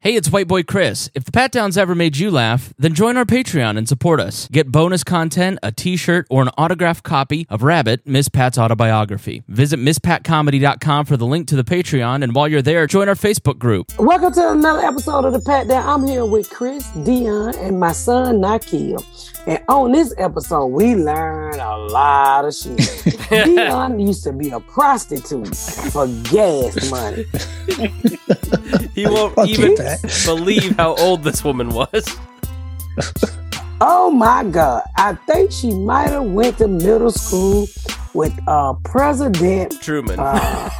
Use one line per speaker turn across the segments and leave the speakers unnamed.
Hey, it's White Boy Chris. If the Pat Downs ever made you laugh, then join our Patreon and support us. Get bonus content, a t shirt, or an autographed copy of Rabbit, Miss Pat's autobiography. Visit MissPatComedy.com for the link to the Patreon, and while you're there, join our Facebook group.
Welcome to another episode of the Pat Down. I'm here with Chris, Dion, and my son Nakia. And on this episode, we learned a lot of shit. Dion used to be a prostitute for gas money.
He won't
Fuck you,
even
Pat.
believe how old this woman was.
Oh my God! I think she might have went to middle school with uh, President.
Truman.
Uh,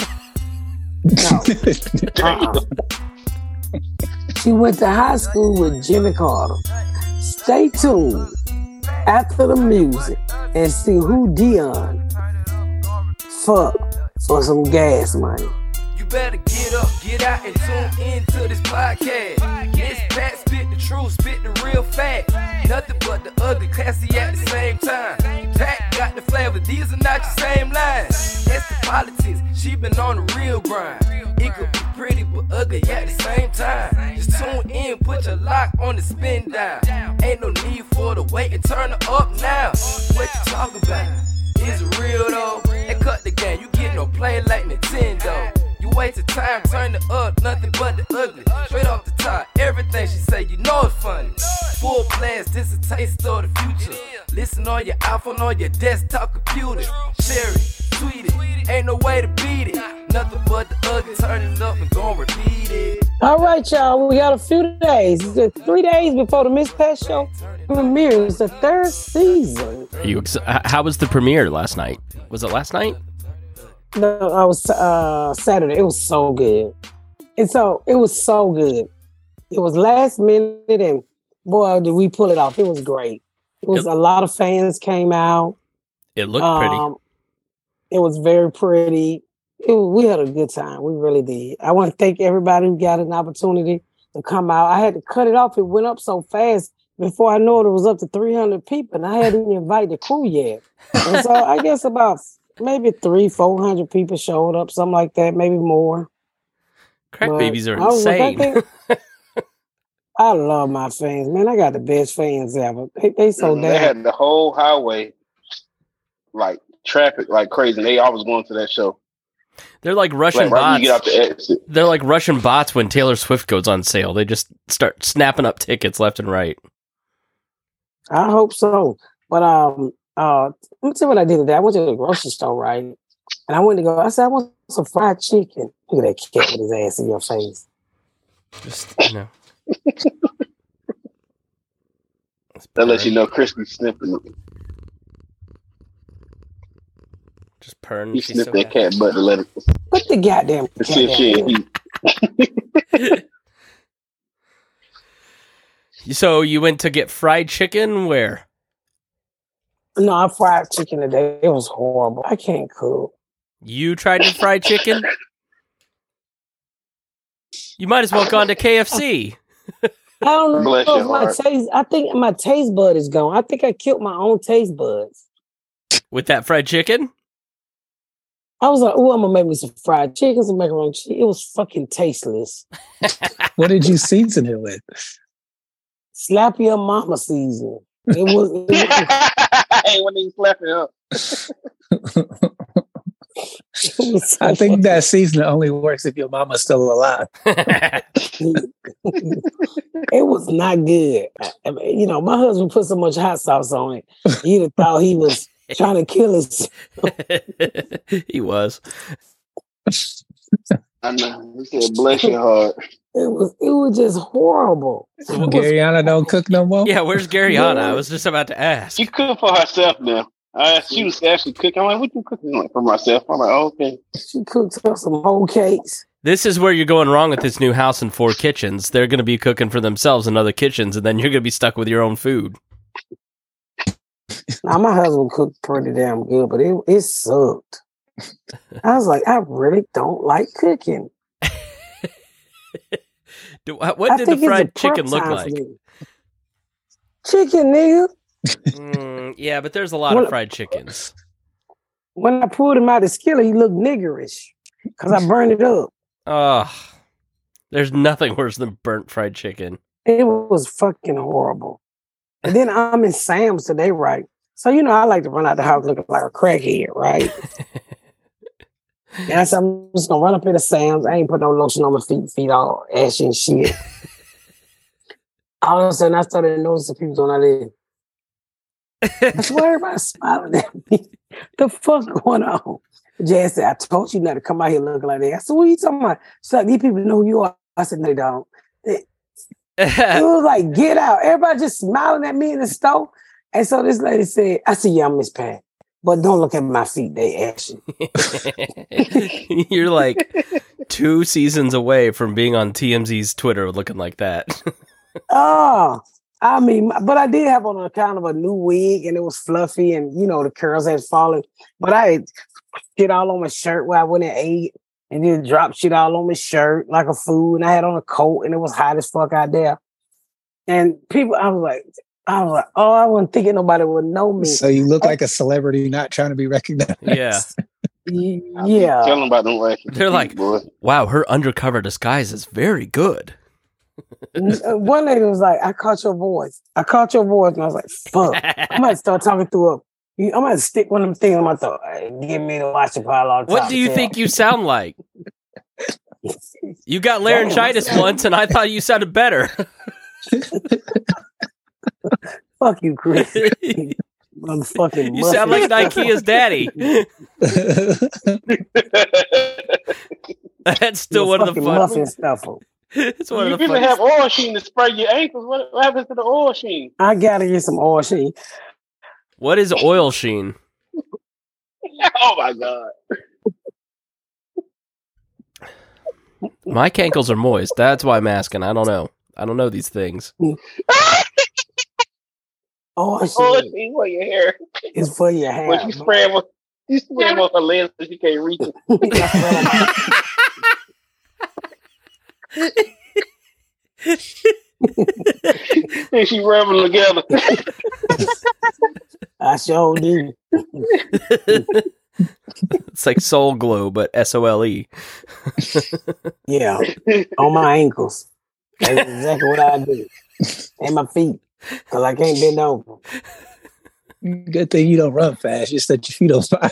no, uh-uh. she went to high school with Jimmy Carter. Stay tuned after the music and see who Dion fuck for some gas money.
You better get up, get out, and tune in to this podcast. Miss Pat spit the truth, spit the real fact. Nothing but the ugly, classy at the same time. Pat got the flavor, these are not your same lines. That's the politics, she been on the real grind. It could be pretty but ugly at the same time. Just tune in, put your lock on the spin down. Ain't no need for the wait and turn it up now. What you talking about? It's real though. And cut the game, you get no play like Nintendo. You wasted time, turn it up, nothing but the ugly. Straight off the top, everything she say, you know it's funny. Full blast, this a taste of the future. Listen on your iPhone, on your desktop computer. Share it, tweet it, ain't no way to beat it. Nothing but the ugly, turn it up and gon' repeat it.
All right, y'all. We got a few days. It's just three days before the Miss Pat Show premieres the third season.
Are you ex- h- how was the premiere last night? Was it last night?
No, I was uh, Saturday. It was so good. And so it was so good. It was last minute, and boy, did we pull it off! It was great. It was
Yep.
a lot of fans came out.
It looked
Uh,
pretty.
Um, It was very pretty. It, we had a good time. We really did. I want to thank everybody who got an opportunity to come out. I had to cut it off. It went up so fast. Before I knew it, it was up to 300 people, and I hadn't even invited the crew yet. And so I guess about maybe three, 400 people showed up, something like that, maybe more.
Crack
But
babies
Oh,
are
I was like, I
insane.
think- I love my fans, man. I got the best fans ever. They, they so
Mhm. they
damn
had the whole highway like traffic like crazy. They always going to that show.
They're like Russian
Like right when you get out
bots.
the exit.
They're like Russian bots when Taylor Swift goes on sale. They just start snapping up tickets left and right.
I hope so. But um, uh, let me tell you what I did today. I went to the grocery store, right? And I went to go. I said, I want some fried chicken. Look at that cat with his ass in your face.
Just you know.
That lets you know Christy's sniffing.
Just purring.
He
She's
sniffed
so
that
happy.
cat butt to let it
Put the goddamn
to
cat
see if
down.
she had heat.
So you went to get fried chicken where?
No, I fried chicken today. It was horrible. I can't cook.
You tried to fry chicken? You might as well gone to KFC.
I don't
Bless
know
your
if my
heart.
taste. I think my taste bud is gone. I think I killed my own taste buds.
with that fried chicken.
I was like, oh, I'm gonna make me some fried chicken, some macaroni and cheese. It was fucking tasteless.
what did you season it with?
Slap your mama season. It was. It was
Hey, when he slapped it up.
it was so
I think that season only works if your mama's still alive.
it was not good. I- I mean, you know, my husband put so much hot sauce on it. You'd have thought he was trying to kill us.
he was.
I know. He said, "Bless your heart."
It was it was just horrible. It was-
Garyana don't cook no more.
Yeah, where's Garyana? I was just about to ask.
She cooked for herself now. Uh, she was actually cooking. I'm like, "What you cooking Like, for myself?" I'm like, oh, "Okay."
she cooked up some whole cakes.
This is where you're going wrong with this new house and four kitchens. They're going to be cooking for themselves in other kitchens, and then you're going to be stuck with your own food.
Now my husband cooked pretty damn good, but it it sucked. I was like, I really don't like cooking.
Do, wha- what
I
did the
think it's a prep
fried chicken look
time for
like?
me. Chicken, nigga.
Mm, yeah, but there's a lot
Well-
of fried chickens.
When I pulled him out of the skillet, he looked niggerish because I burned it up.
Oh, There's nothing worse than burnt fried chicken.
It was fucking horrible. And then I'm in Sam's today, right? So you know I like to run out the house looking like a crackhead, right? and I said I'm just gonna run up into Sam's. I ain't put no lotion on my feet, feet all ashy and shit. all of a sudden I started noticing people doing all this. I swear everybody's smiling at me. the fuck going on? Jan said, I told you not to come out here looking like that. I said, what are you talking about? She's like, these people know who you are. I said, no, they don't. It was like, get out. Everybody just smiling at me in the store. And so this lady said, I said, yeah, I'm Miss Pat, but don't look at my feet. They ashy.
You're like two seasons away from being on TMZ's Twitter looking like that.
Oh, I mean, my- but I did have on a kind of a new wig and it was fluffy and, you know, the curls had fallen. But I had shit all on my shirt where I went and ate and then dropped shit all on my shirt like a fool. And I had on a coat and it was hot as fuck out there. And people, I was like, I was like, oh, I wasn't thinking nobody would know me.
So you look like a celebrity not trying to be recognized.
yeah.
Y-
I be
yeah.
Telling about them ashy
They're
feet,
like-
boy.
Wow, her undercover disguise is very good.
Uh, One lady was like, I caught your voice. I caught your voice. And I was like, fuck. I might start talking through a. you- I might stick one of them things in my throat. Hey, Give me the watch pile all the
What
time,
do you
tell
think you sound like? You got laryngitis once, and I thought you sounded better.
Fuck you, Chris.
you
Motherfucking
sound like
muffin.
Nike's daddy. That's still
You
one of the
fucking
fun.
muffin stuffer.
It's one
You
of the
didn't
fun.
have oil sheen to spray your ankles. What, what happens to the oil sheen?
I gotta get some oil sheen.
What is oil sheen?
oh my god!
My cankles are moist. That's why I'm asking. I don't know. I don't know these things.
Oil
Oil
sheen
sheen for your hair.
is for your hair.
When Oh, you spray them, you spray them on her legs because you can't reach it. And she rub them together.
I sure do.
it's like soul glow, but S O L E.
Yeah. On my ankles. That's exactly what I do. And my feet. Because I can't bend over.
Good thing you don't run fast. You set your feet on fire.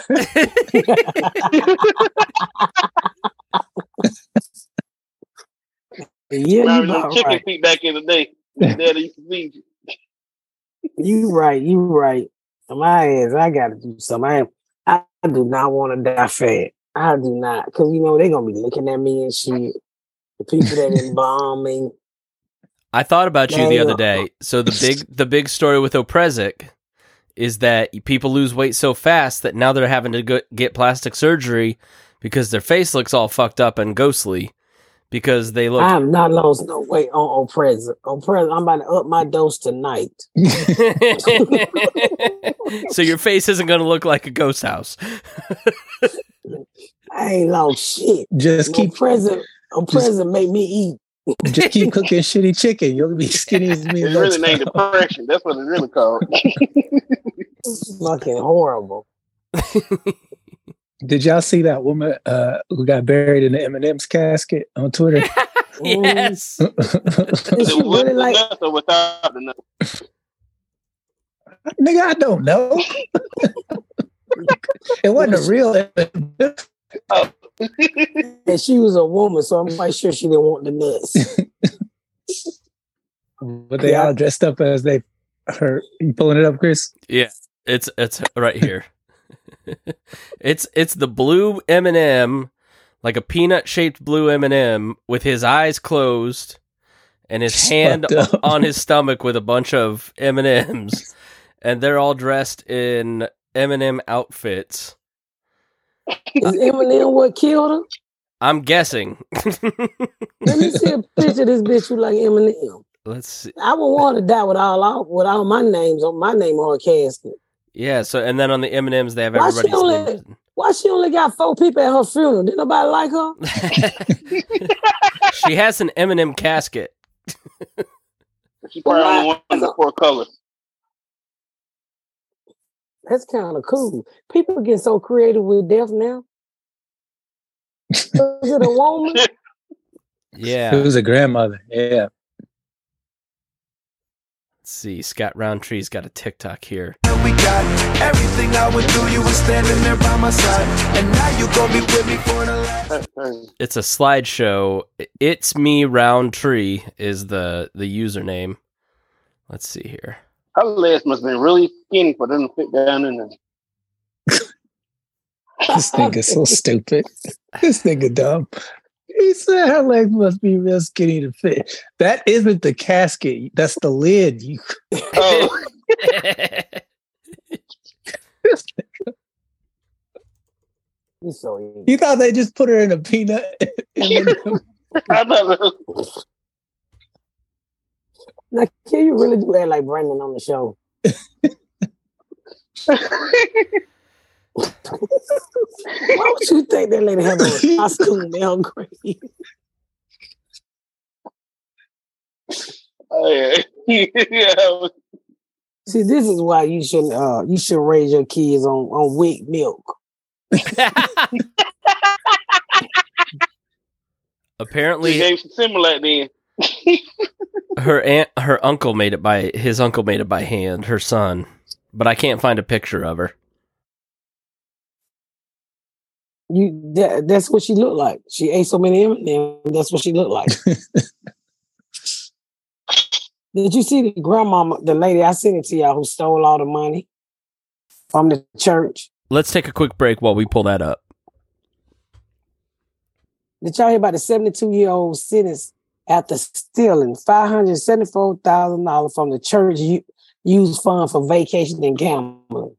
Yeah, you
Rub them
about
chicken
right.
feet back in the day. Your Daddy used to feed you.
You right. You right. My ass. I gotta do something. I, I do not want to die fat. I do not, cause you know they gonna be looking at me and shit. The people that embalming.
I thought about you the
Yeah,
other
yeah.
day. So the big the big story with Opresic is that people lose weight so fast that now they're having to go, get plastic surgery because their face looks all fucked up and ghostly because they look
I have not lost no weight on Opresa. Opresa, I'm about to up my dose tonight.
so your face isn't going to look like a ghost house.
I ain't lost shit.
just keep
Opresa, Opresa make me eat.
just keep cooking shitty chicken. You'll be skinny as me.
It's
as
really
really
named depression. That's what it's really called.
It's fucking horrible.
Did y'all see that woman uh, who got buried in the Eminem's casket on Twitter?
Mm.
Yes.
Is she
With
really
the
like?
nuts or without the nuts.
Nigga, I don't know. it wasn't a real. Eminem.
And she was a woman, so I'm quite sure she didn't want the nuts.
But they all dressed up as they. Her, you pulling it up, Chris?
It's it's right here. it's it's the blue M and m like a peanut shaped blue M and m with his eyes closed and his
It's
hand
fucked up.
on his stomach with a bunch of M and M's, and they're all dressed in M and m outfits.
Is Eminem what killed her?
I'm guessing.
Let me see a picture of this bitch who like Eminem.
Let's see.
I would want to die with all, all with all my names on my name on her casket.
yeah. So and then on the M and M's they have
Why she
everybody's
only-
names.
Why she only got four people at her funeral? Did nobody like her?
she has an M and m casket.
She probably one of the four colors.
That's kind of cool. People get so creative with death now. Is it a woman?
It
Yeah.
was a grandmother. Yeah.
Let's see. Scott Roundtree's got a TikTok here.
And we got everything I would do, you was standing there by my side. And now you gon' be with me for the last.
It's a slideshow. It's me Roundtree is the the username. Let's see here.
Her legs must have been really skinny for them to fit down in there.
This nigga's so stupid. This nigga dumb. He said her legs must be real skinny to fit. That isn't the casket. That's the lid. You
Oh,
You so
you thought they just put her in a peanut? M&M?
I thought it was-
Now, can you really do that like Brandon on the show? Why would you think that lady had a costume nail grade?
oh yeah. yeah.
See, this is why you should uh you should raise your kids on on weak milk.
They
Apparently
gave some Similac then.
her aunt her uncle made it by his uncle made it by hand, her son. But I can't find a picture of her.
You that, that's what she looked like. She ate so many M&M's. That's what she looked like. Did you see the grandmama, the lady I sent it to y'all who stole all the money from the church?
Let's take a quick break while we pull that up.
Did y'all hear about the 72 year old sentence after stealing $574,000 from the church u- used fund for vacation and gambling?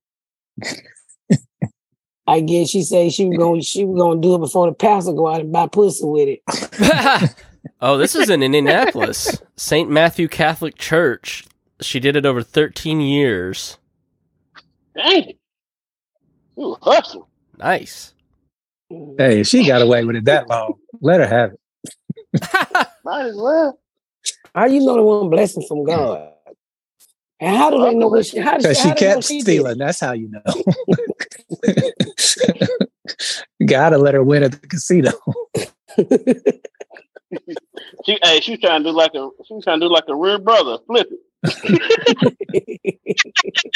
I guess she said she was going she was going to do it before the pastor go out and buy pussy with it.
oh, this is in Indianapolis, St. Matthew Catholic Church. She did it over 13 years.
Dang. You hustle.
Nice.
hey, if she got away with it that long. Let her have it.
Might as well.
How you know the one blessing from God? And how do they know what she? How did
Because she
how they know
kept
she did it?
stealing. That's how you know. Gotta let her win at the casino.
She hey, she was trying to do like a she was trying to do like a real brother. Flip it.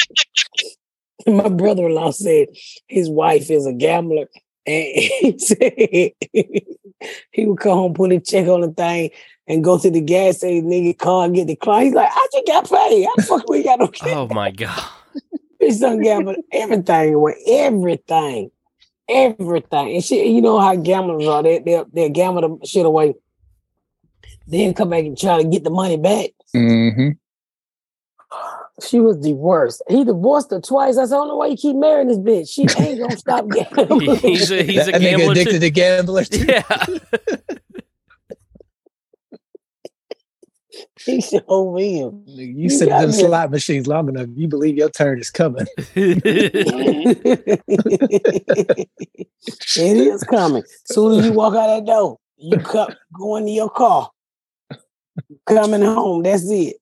My brother in law said his wife is a gambler. And he said he would come home, put a check on the thing, and go to the gas station, nigga, car, and get the car. He's like, I just got paid. I fuck we got no kids.
Oh my god.
Bitch done gambled everything away. Everything. Everything. And she, you know how gamblers are. They, they, they gamble the shit away. Then come back and try to get the money back.
Mm-hmm.
She was divorced. He divorced her twice. That's the only way you keep marrying this bitch. She ain't gonna stop gambling.
He's a he's a
that nigga
gambler.
addicted
too.
to gamblers. too.
Yeah.
she showed him.
Nigga,
You
You sit in
got
them
me.
slot machines long enough, you believe your turn is coming.
it is coming. Soon as you walk out that door, you come going to your car. Coming home. That's it.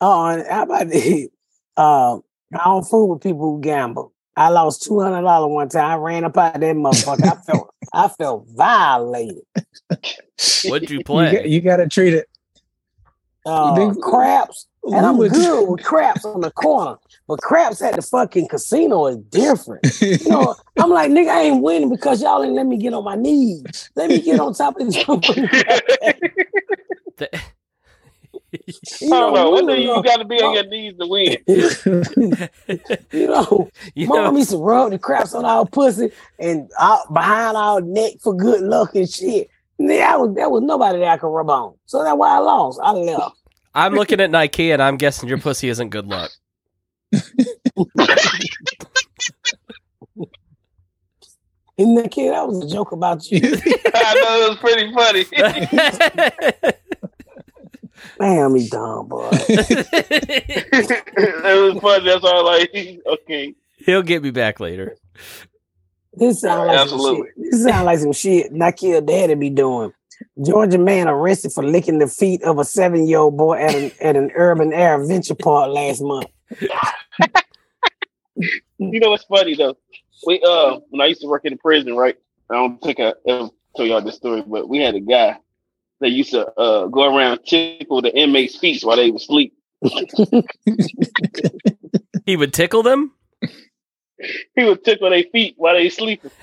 Oh, and how about this? Uh, I don't fool with people who gamble. I lost two hundred dollars one time. I ran up out of that motherfucker. I felt I felt violated.
What'd you
You, got,
play?
to treat it.
Uh,
Dude.
craps And I'm
We would-
good with craps on the corner, but craps at the fucking casino is different. You know, I'm like, nigga, I ain't winning because y'all ain't let me get on my knees. Let me get on top of this.
Th-
you
I don't know. What do
you
you
know,
gotta be on your knees to win?
you know,
you
mom
know,
used to rub the craps on our pussy and out behind our neck for good luck and shit. Yeah, I was, there was nobody that I could rub on. So that's why I lost. I left.
I'm looking at Nike and I'm guessing your pussy isn't good luck.
And the kid, that was a joke about you.
I know it was pretty funny.
Damn, he dumb, boy.
it was funny. That's all. Like, okay,
He'll get me back later.
This sound like Some
Absolutely.
shit. This sound like some shit Nakia daddy be doing. Georgia man arrested for licking the feet of a seven year old boy at an at an urban air adventure park last month.
you know what's funny though? We uh, when I used to work in the prison, right? I don't think I ever told y'all this story, but we had a guy They used to uh, go around tickle the inmates' feet while they was asleep.
He would tickle them.
He would tickle their feet while they sleeping.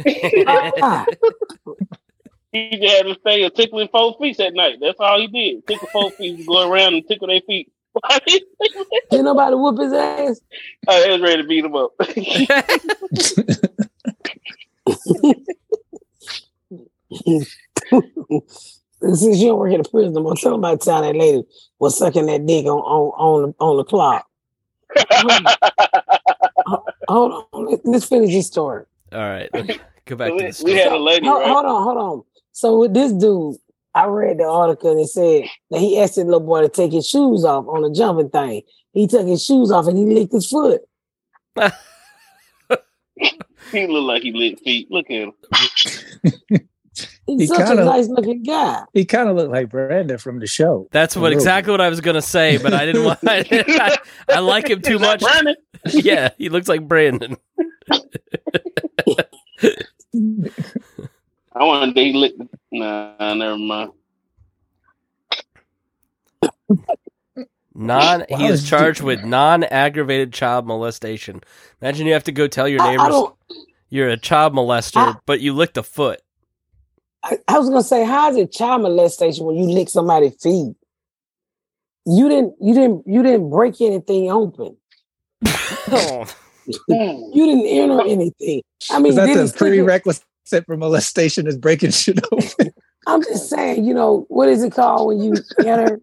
Oh.
Ah,
he just had to stay tickling four feet at night. That's all he did. Tickle four feet, go around and tickle their feet. I
did nobody whoop his ass?
Oh, was ready to beat him up.
Since you don't work at a prison, I'm gonna tell about the time that lady was sucking that dick on on on the, on the clock. Hold on, let- let's finish this story.
All right, go back to
we,
the
we
story.
had a lady,
Hold,
right?
hold on, hold on. So with this dude, I read the article and it said that he asked the little boy to take his shoes off on a jumping thing. He took his shoes off and he licked his foot.
He looked like he licked feet. Look at him.
He's
He
such
kinda-
a nice looking guy.
He kind of looked like Brandon from the show.
That's
A
what
little
exactly what I was gonna say, but I didn't want. I, I, like him too
Is that
much.
Brandon?
Yeah, he looks like Brandon.
I wanted to lick. Nah, never mind.
Non. He
Wow,
is
dude.
charged with non-aggravated child molestation. Imagine you have to go tell your
I- I,
neighbors
don't.
you're a child
I-
molester, but you licked a foot.
I, I was gonna say, how is it child molestation when you lick somebody's feet? You didn't. You didn't. You didn't break anything open. Oh.
Hmm.
You didn't enter anything. I mean,
Is that
did he
the
stick it-
prerequisite for molestation is breaking shit open?
I'm just saying, you know, what is it called when you enter?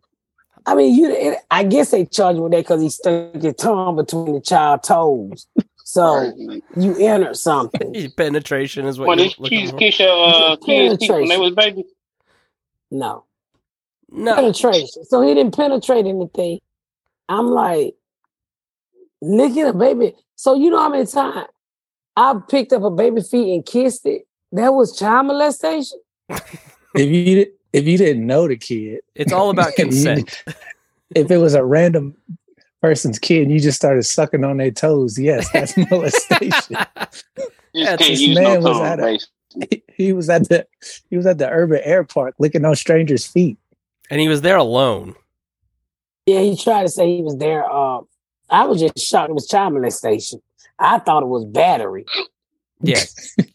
I mean, you. It, I guess they charge you with that because he stuck his tongue between the child's toes. So you enter something.
Penetration is what
When
you're
these
looking
kids
for.
kiss your uh, kids feet when they
Penetration.
was babies,
No
No,
penetration. So he didn't penetrate anything. I'm like licking a baby. So you know how many times I picked up a baby feet and kissed it. That was child molestation.
if you di- if you didn't know the kid,
it's all about consent.
if it was a random person's kid, and you just started sucking on their toes. Yes, that's molestation.
just
That's
can't
his
use
man
no
was
tongue.
at a-
basically.
He- he was at the he was at the urban air park licking on strangers' feet.
and he was there alone.
Yeah, he tried to say he was there. Uh, I was just shocked. It was child molestation. I thought it was battery.
Yeah,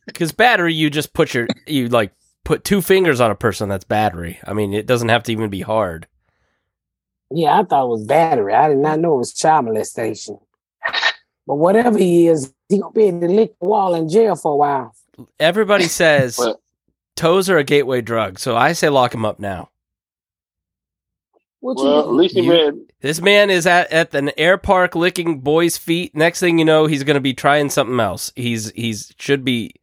because battery, you just put your you like put two fingers on a person. That's battery. I mean, it doesn't have to even be hard.
Yeah, I thought it was battery. I did not know it was child molestation. But whatever he is, he gonna be in the lick wall in jail for a while.
Everybody says
Well-
toes are a gateway drug, so I say lock him up now.
What you
Well, at
mean?
least he
You-
read.
This man is at, at an air park licking boys' feet. Next thing you know, he's going to be trying something else. He's he's should be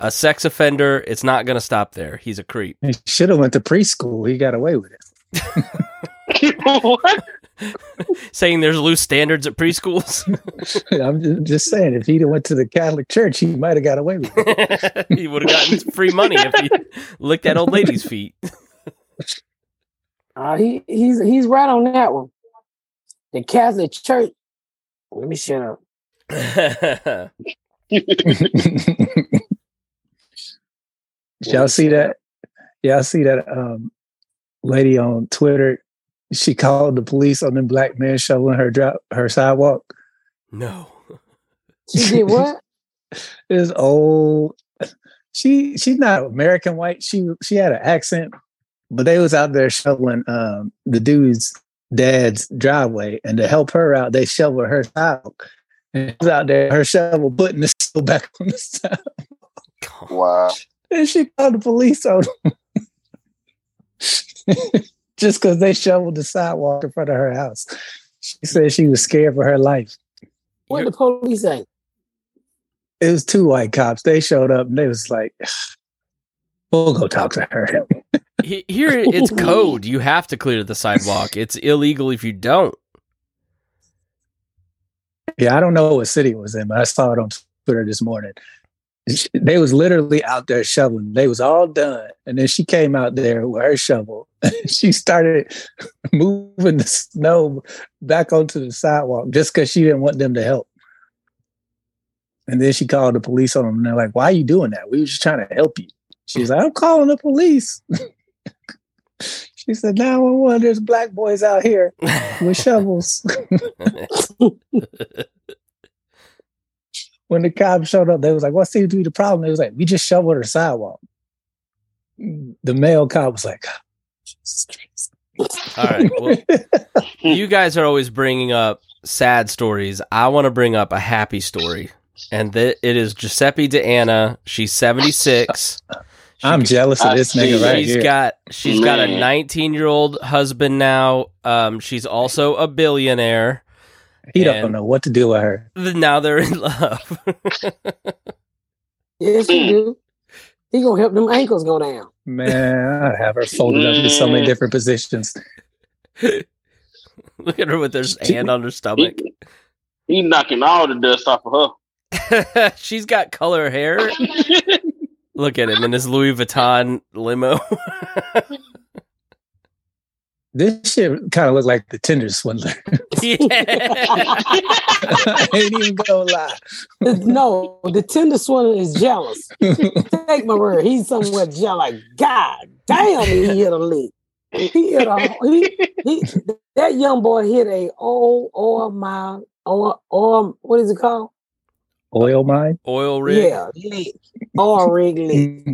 a sex offender. It's not going to stop there. He's a creep.
He should have went to preschool. He got away with it.
what?
Saying there's loose standards at preschools.
I'm ju- just saying, if he'd have went to the Catholic Church, he might have got away with it.
he would have gotten free money if he licked that old lady's feet.
Uh, he he's he's right on that one. The Catholic Church. Let me shut up.
y'all see that? Y'all see that um, lady on Twitter? She called the police on the black man shoveling her drop her sidewalk.
no.
She did what?
This old. She she's not American white. She she had an accent, but they was out there shoveling um, the dude's dad's driveway, and to help her out, they shoveled her sidewalk. And she was out there, her shovel putting the snow back on the side.
Wow.
And she called the police on them. just because they shoveled the sidewalk in front of her house. She said she was scared for her life.
What the police say?
It was two white cops. They showed up and they was like, we'll go talk to her.
He- Here, it's code. You have to clear the sidewalk. It's illegal if you don't.
Yeah, I don't know what city it was in, but I saw it on Twitter this morning. She- They was literally out there shoveling. They was all done, and then she came out there with her shovel. she started moving the snow back onto the sidewalk just because she didn't want them to help. And then she called the police on them, and they're like, "Why are you doing that? We were just trying to help you." She's like, "I'm calling the police." She said, 911, there's black boys out here with shovels. when the cops showed up, they was like, What seems to be the problem? They was like, We just shoveled her sidewalk. The male cop was like, Jesus Christ.
All right. Well, you guys are always bringing up sad stories. I want to bring up a happy story, and th- it is Giuseppe DeAnna. She's seventy six.
I'm jealous of this nigga right
Ah, She's
here.
got she's got a
Man.
19 year old husband now. Um, she's also a billionaire.
he
and-
don't know what to do with her.
Now they're in love.
Yes, he do. He gonna help them ankles go down.
Man, I have her folded up in so many
Mm.
different positions.
Look at her with her hand on her stomach.
He, he knocking all the dust off of
she's got color hair.
her.
Look at him in his Louis Vuitton limo.
This shit kind of looked like the Tinder swindler.
yeah.
I ain't even gonna lie.
no, the tender swindler is jealous. Take my word, he's somewhere jealous. Like, God damn, he hit a lick. He hit a he, he that young boy hit a oh, old oil mile or or oh, what is it called?
Oil mine.
Oil rig. Mm.
Yeah, lick. Oil rig lick.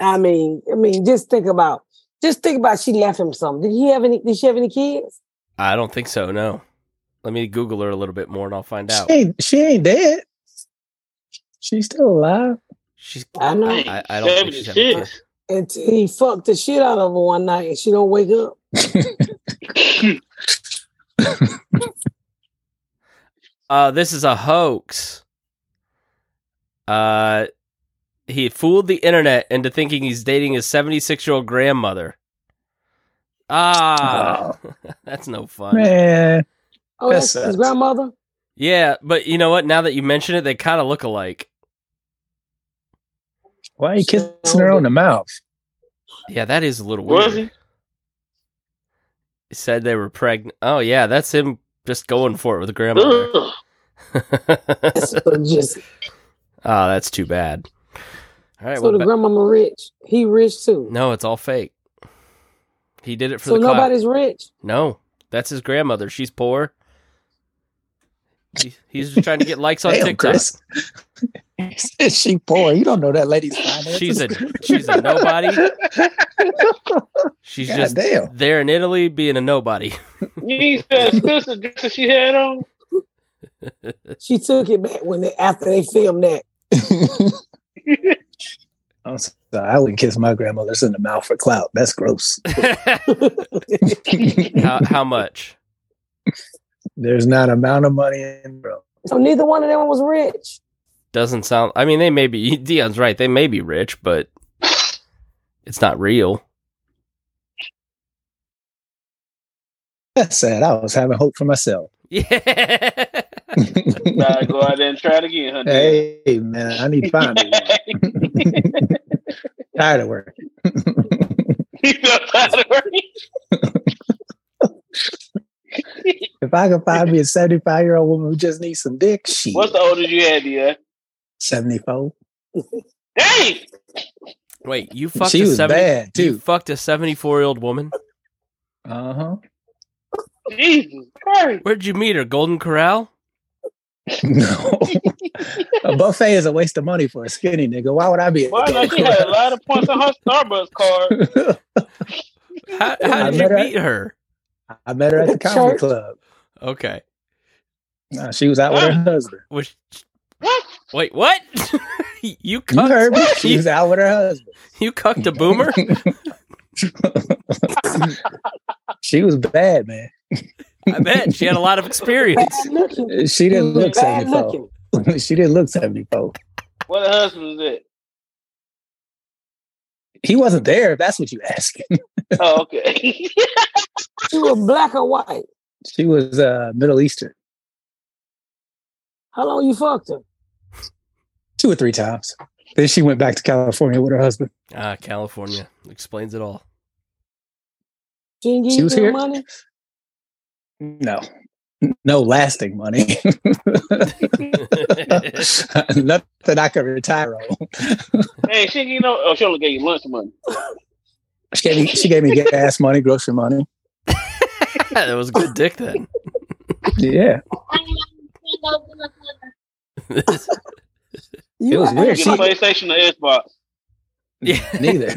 I mean, I mean, just think about just think about she left him something. Did he have any did she have any kids?
I don't think so. No. Let me Google her a little bit more and I'll find out.
She ain't, she ain't dead. She's still alive.
She's.
I know.
I, I don't think she's having kids.
And
76.
he fucked the shit out of her one night and she don't wake up.
Uh, this is a hoax. Uh, he fooled the internet into thinking he's dating his 76 year old grandmother. Ah, that's no fun.
Man,
Oh,
That
that's his
sucks.
grandmother?
Yeah, but you know what? Now that you mention it, they kind of look alike.
why you kissing her on the mouth?
Yeah, that is a little weird.
Was he?
He said they were pregnant. Oh, yeah, that's him just going for it with the grandmother.
Ugh.
oh,
That's just
Ah, that's too bad. All right,
so
well,
the
ba-
grandmama rich. He rich too.
no, it's all fake. He did it for
so
the clout.
nobody's rich.
No, that's his grandmother. She's poor. He- He's just trying to get likes on
Damn,
TikTok.
Chris. Is she poor? You don't know that lady's finances.
She's a she's a nobody. She's
God
just
damn.
there in Italy being a nobody.
You ain't said sister dress that she had on.
She took it back when they after they filmed that.
I'm sorry, I wouldn't kiss my grandmother's in the mouth for clout. That's gross.
how, how much?
There's not amount of money in the world.
So neither one of them was rich.
Doesn't sound. I mean, they may be. Dion's right. They may be rich, but it's not real.
That's sad. I was having hope for myself.
Yeah.
Nah, go out there and try it again, honey.
hey man, I need finding. Tired of work.
You know how to work.
If I could find me a 75 year old woman who just needs some dick, she
What's the oldest you had, Dion?
74.
Hey,
Wait, you fucked
She
a
was
seventy.
bad
You
too.
fucked a seventy-four-year-old woman.
Uh
Uh-huh.
huh.
Jesus Christ!
Where'd you meet her? Golden Corral.
No. a buffet is a waste of money for a skinny nigga. Why would I be? at
Why
the
not? She had a lot of points on her Starbucks card.
How, how
I
did you
met her-
meet her?
I met her at the comedy
Church.
club.
Okay.
Nah, she was out with her husband.
Was
What?
Wait, what? you
You
cucked,
heard me. She was out with her husband.
you cucked a boomer?
She was bad, man.
I bet she had a lot of
Bad
experience.
looking.
She didn't
He was
look
bad
74. she didn't look 74.
What a husband is
He wasn't there, if that's what you asking.
that? Oh, okay.
She was black or white.
She was uh Middle Eastern
How long you fucked her?
two or three times. Then she went back to California with her husband.
Ah, California explains it all.
She didn't give
She
you
was
no
here.
money.
No. No lasting money. Nothing I could retire on.
hey, she ain't get no. Oh, she only gave you lunch money.
She gave me she gave me gas money, grocery money.
that was good dick then.
Yeah,
You
It was
are-
weird.
Get
She-
a PlayStation or Xbox.
yeah.
neither.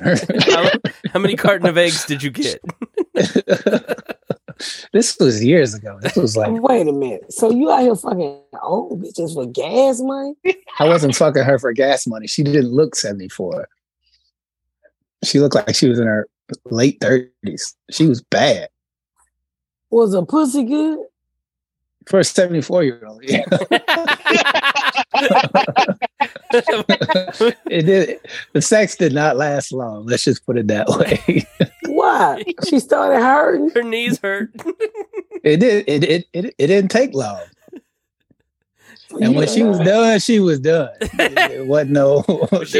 how, how many carton of eggs did you get?
this was years ago. This was like
Wait a minute. So you out here fucking old bitches for gas money?
I wasn't fucking her for gas money. She didn't look 74. She looked like she was in her late 30s. She was bad
Was a pussy good?
for a 74 year old. Yeah. it did. The sex did not last long. Let's just put it that way.
Why? she started hurting.
Her knees hurt.
It did. It it it, it didn't take long. And when she was done, she was done. It wasn't no.
She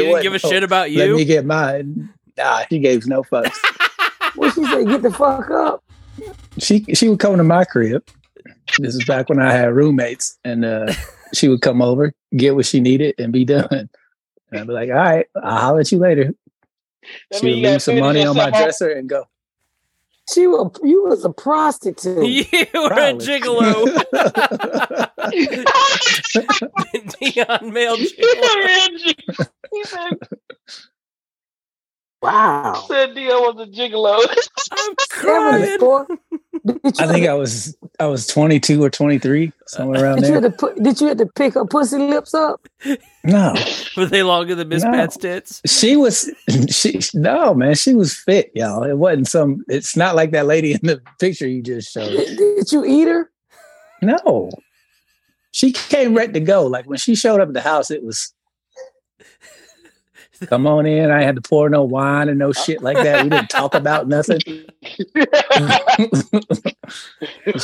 didn't give a shit about
Let me
you.
get mine. Nah, she gave no fucks.
When she said, get the fuck up.
she she would come to my crib. This is back when I had roommates, and uh, she would come over, get what she needed, and be done. And I'd be like, "All right, I'll holler at you later."
That
she would
mean you gotta
leave some
finish
money on my
yourself off.
dresser and go.
She was, you was a prostitute.
You were a
"Probably."
gigolo. Dion mailed you.
he said,
Wow.
said Dio was a gigolo.
I'm crying.
Seventy-four. Did you,
I think I was I was 22 or 23, somewhere around
did you,
there.
have to put, did you have to pick her pussy lips up?
No,
Were they longer than Miss
No.
Pat's tits?
she was she no man, she was fit, y'all. It wasn't some. It's not like that lady in the picture you just showed.
Did, did you eat her?
No. She came ready to go. Like when she showed up at the house, it was come on in. I had to pour no wine and no shit like that. We didn't talk about nothing.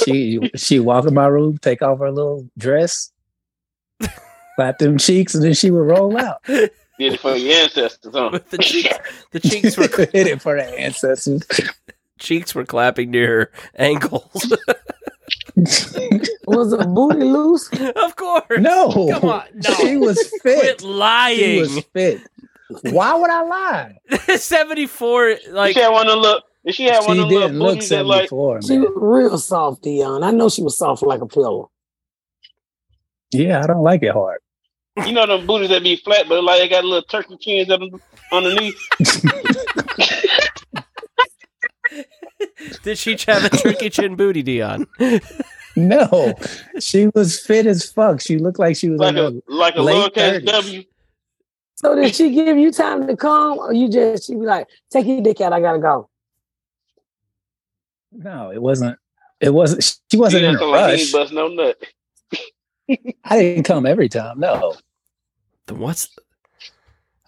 she she walked in my room, take off her little dress, clap them cheeks, and then she would roll out.
Did it for your ancestors, huh?
But the cheeks, the cheeks were
Hit it for the ancestors.
cheeks were clapping near her ankles.
Was a booty loose?
of course.
no.
Come on. No.
She was
Quit
fit. She was
lying.
fit. Why would I lie?
74 like
she had one of them little. If she had one
she
of them little
didn't look
booties that like
74.
She
man.
was real soft, Dion. I know she was soft like a pillow.
Yeah, I don't like it hard.
you know them booties that be flat, but like they got little turkey chins up underneath.
did she have a turkey chin booty, Dion?
No, she was fit as fuck. She looked like she was
Like
on
a like a
Late
lowercase
30s.
W.
So did she give you time to come, or you just she be like, "Take your dick out, I gotta go."
a- no. It wasn't. It wasn't. She
He
wasn't in
didn't
a
sound like he ain't
rush.
bust no nut.
I didn't come every time. No,
Then what's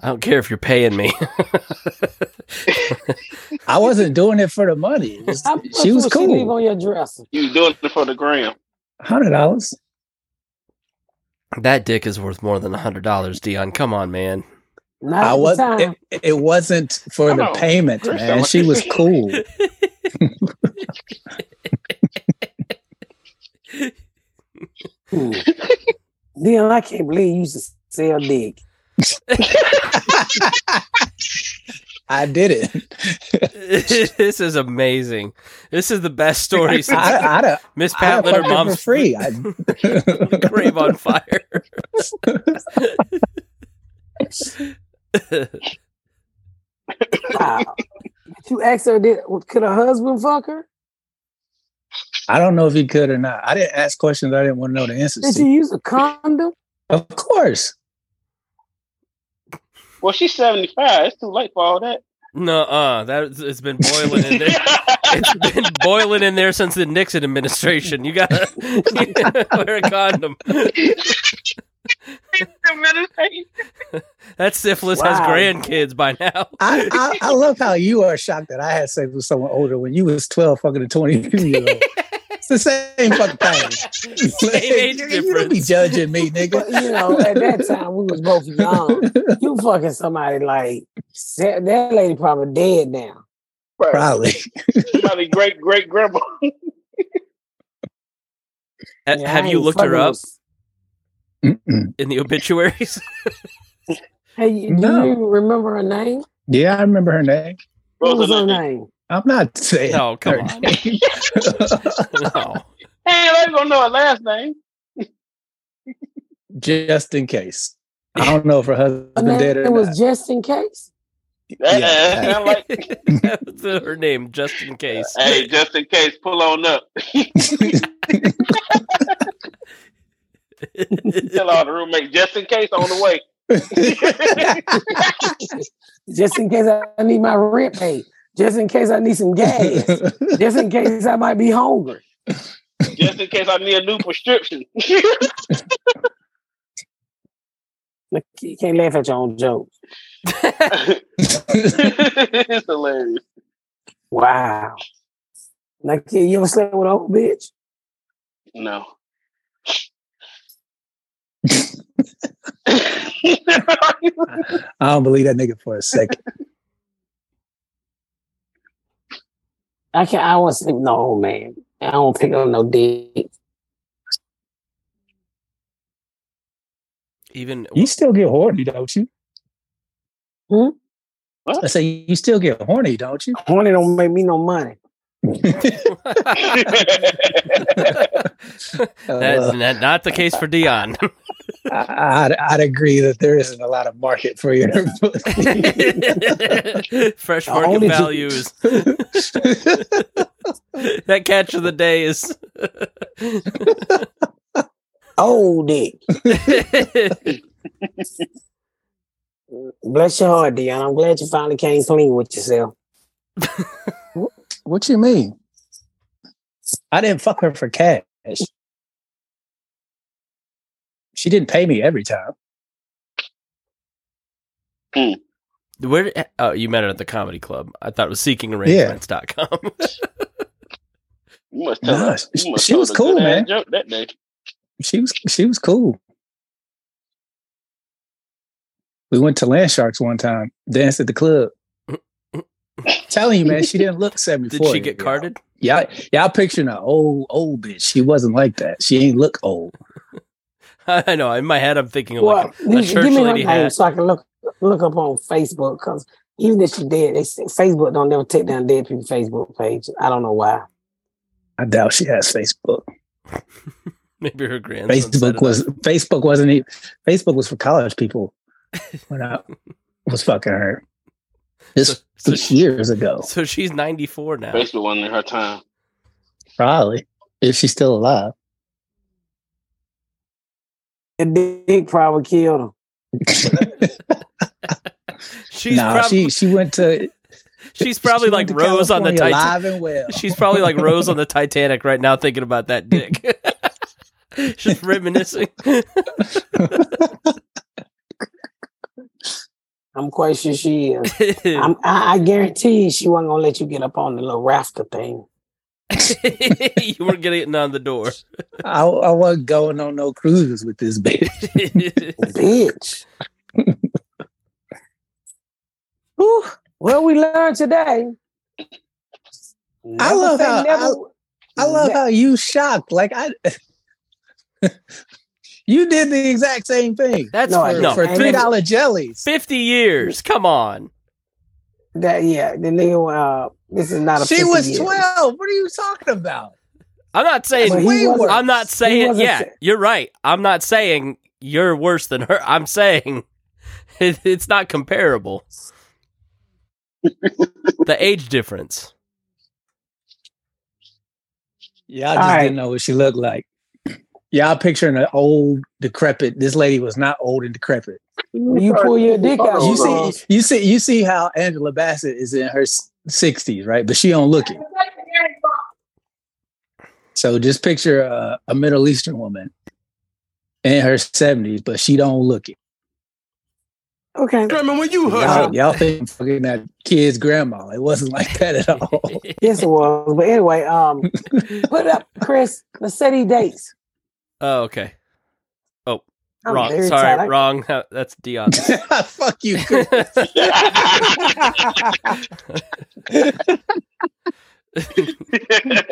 I don't care if you're paying me.
I wasn't doing it for the money. It was-
How much
she was
would She leave
cool.
on your dresser.
You was doing it for the gram.
Hundred dollars.
that dick is worth more than a hundred dollars, Dion. Come on, man.
Not
I
at the
was. eh,
time.
It, it wasn't for
Come
the
on,
payment,
Chris, I
man.
want-
She was cool.
Hmm. Dion, I can't believe you used to sell dick.
I did it.
this is amazing. This is the best story
I,
since
I, I,
Miss
I
Pat lit her
fucked her
mom's
for free. I-
grave on fire.
Wow. Did you ask her, did, could her husband fuck her?
I don't know if he could or not. I didn't ask questions. I didn't want to know the answers.
Did
to.
you use a condom?
Of course.
Well, she's seventy five. It's too late for all that.
No, uh, that it's been boiling in there. It's been boiling in there since the Nixon administration. You gotta wear a condom. That syphilis has
Wow.
grandkids by now.
I, I, I love how you are shocked that I had sex with someone older when you was 12 fucking to 22 year old. It's the same fucking thing. Like,
age
you don't be
difference.
judging me,
But,
nigga.
you know, at that time we was both young. You fucking somebody like that that lady probably dead now.
Probably.
Probably great great grandma.
Ha-
Yeah, I
Have you
ain't
looked her
fucking
up
with-
Mm-mm.
in the obituaries?
Hey, you,
No.
you remember her name?
Yeah, I remember her name.
What was
Rosa
her
Lynch.
name?
I'm not saying.
No, come on. No.
Hey, they gonna know her last name.
Just in case. I don't know if her
Her
husband
name
dead or
it was
not.
just in case.
Yeah.
That, that sound like,
that was her name, just in case.
hey, just in case, pull on up.
Uh,
Tell all the roommates, just in case on the way.
Just in case I need my rent paid. Just in case I need some gas. just in case I might be hungry.
Just in case I need a new prescription.
Look, You can't laugh at your own jokes.
it's hilarious.
Wow. Like you ever slept with an old bitch?
No. That's
I don't believe that nigga for a second.
I can't. I don't sleep with no old man. I don't pick up no dick.
Even
You still get horny, don't you?
Hmm?
What?
I say you still get horny, don't you?
Horny don't make me no money.
Uh.
that's not, not the case for Dion.
I, I'd, I'd agree that there isn't a lot of market for your
Fresh market
Only-
value is that catch of the day is
Old dick. Bless your heart, Dion. I'm glad you finally came clean with yourself.
what you mean? I didn't fuck her for cash. She didn't pay me every time.
where. Oh, you met her at the comedy club. I thought it was seekingarrangements.com.
you must tell
Nah,
her- you must
she
tell
was
her
cool,
good-ass
man.
Joke that day.
She was she was cool. We went to Land Sharks one time, danced at the club. Telling you, man, she didn't look seventy
Did
four.
she get carded?
Yeah, y'all picturing an old old bitch. She wasn't like that. She ain't look old.
I know. In my head, I'm thinking of
Well,
like a, a
give,
church
give me her
lady
name
hat.
so I can look look up on Facebook. Because even if she did, they say Facebook don't never take down dead people Facebook page. I don't know why.
I doubt she has Facebook.
Maybe her grandson. set it
Facebook
up.
was Facebook wasn't even Facebook was for college people when I was fucking her. This
So- so
was
she-
years ago,
So she's 94 now.
Facebook wasn't in her time.
probably. If she's still alive,
The dick probably killed him.
She's
nah,
probably
she she went to
she's probably
she
like
went to
Rose on the
California
Titanic.
Alive and well.
She's probably like Rose on the Titanic right now, thinking about that dick. Just reminiscing.
I'm quite sure she is.
I
I'm, I, I guarantee you she wasn't gonna let you get up on the little rafter thing.
you weren't getting on the door.
I, I wasn't going on no cruises with this bitch.
Bitch. Whew. Well, we learned today.
I
Never
love
say
how-
never.
I love how you shocked. Like I, you did the exact same thing
That's
No, I
for,
didn't.
no,
for
I
three
didn't.
dollar jellies.
fifty years. Come on.
that. Yeah, the nigga. Uh, this is not a.
She
50
was
year.
twelve. What are you talking about?
I'm not saying.
But he
way
wasn't-
worse.
I'm not
he
saying.
wasn't
Yeah,
sa-
you're right. I'm not saying you're worse than her. I'm saying it, it's not comparable. the age difference.
Yeah, I
All
just
right.
didn't know what she looked like. Yeah, I'm picturing an old, decrepit. This lady was not old and decrepit.
You pull your dick out.
You
Hold
see, you see, you see how Angela Bassett is in her sixties, right? But she don't look it. So just picture uh, a Middle Eastern woman in her seventies, but she don't look it.
Okay.
Grandma, when you heard
Y'all, y'all think fucking that kid's grandma? It wasn't like that at all.
Yes, it was. But anyway, um, put up, Chris. Let's set these dates.
Oh, okay.
I'm
wrong.
very
Sorry,
tired. I-
wrong. That's Dion.
Fuck you. Chris.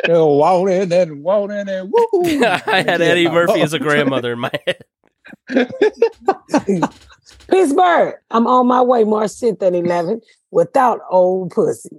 They're walking and walking and woo.
I had Eddie Murphy as a grandmother in my head.
Pittsburgh. I'm on my way March 10th and 11th. without old pussy.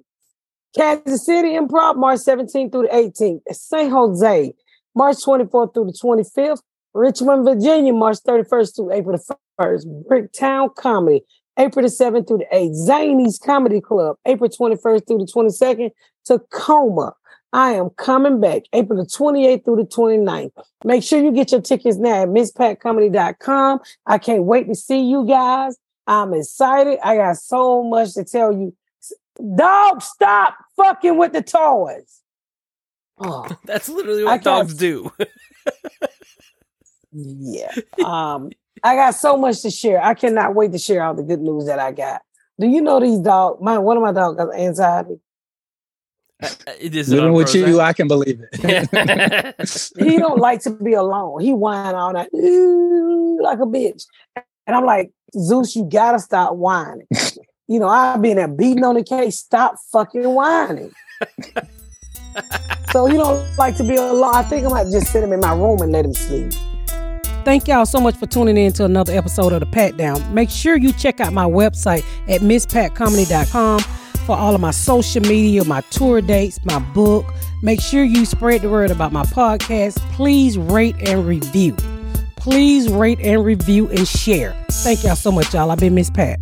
Kansas City Improv, March 17th through the 18th. St. Jose, March 24th through the 25th. Richmond, Virginia, March 31st through April the 1st. Bricktown Comedy, April the 7th through the 8th. Zanies Comedy Club, April 21st through the 22nd. Tacoma, I am coming back April the 28th through the 29th. Make sure you get your tickets now at MissPackComedy.com. I can't wait to see you guys. I'm excited. I got so much to tell you. S- Dog, stop fucking with the toys. Oh,
That's literally
I
what
can't-
dogs do.
yeah. Um, I got so much to share. I cannot wait to share all the good news that I got. Do you know these dog? My one of my dogs got anxiety.
it is
Living with you, I can believe it.
he don't like to be alone. He whine all night "Ooh," like a bitch. And I'm like, Zeus, you gotta stop whining. you know, I've been there beating on the case. Stop fucking whining. so he don't like to be alone. I think I might just sit him in my room and let him sleep. Thank y'all so much for tuning in to another episode of The Pat Down. Make sure you check out my website at misspatcomedy.com for all of my social media, my tour dates, my book. Make sure you spread the word about my podcast. Please rate and review. Please rate and review and share. Thank y'all so much, y'all. I've been Miss Pat.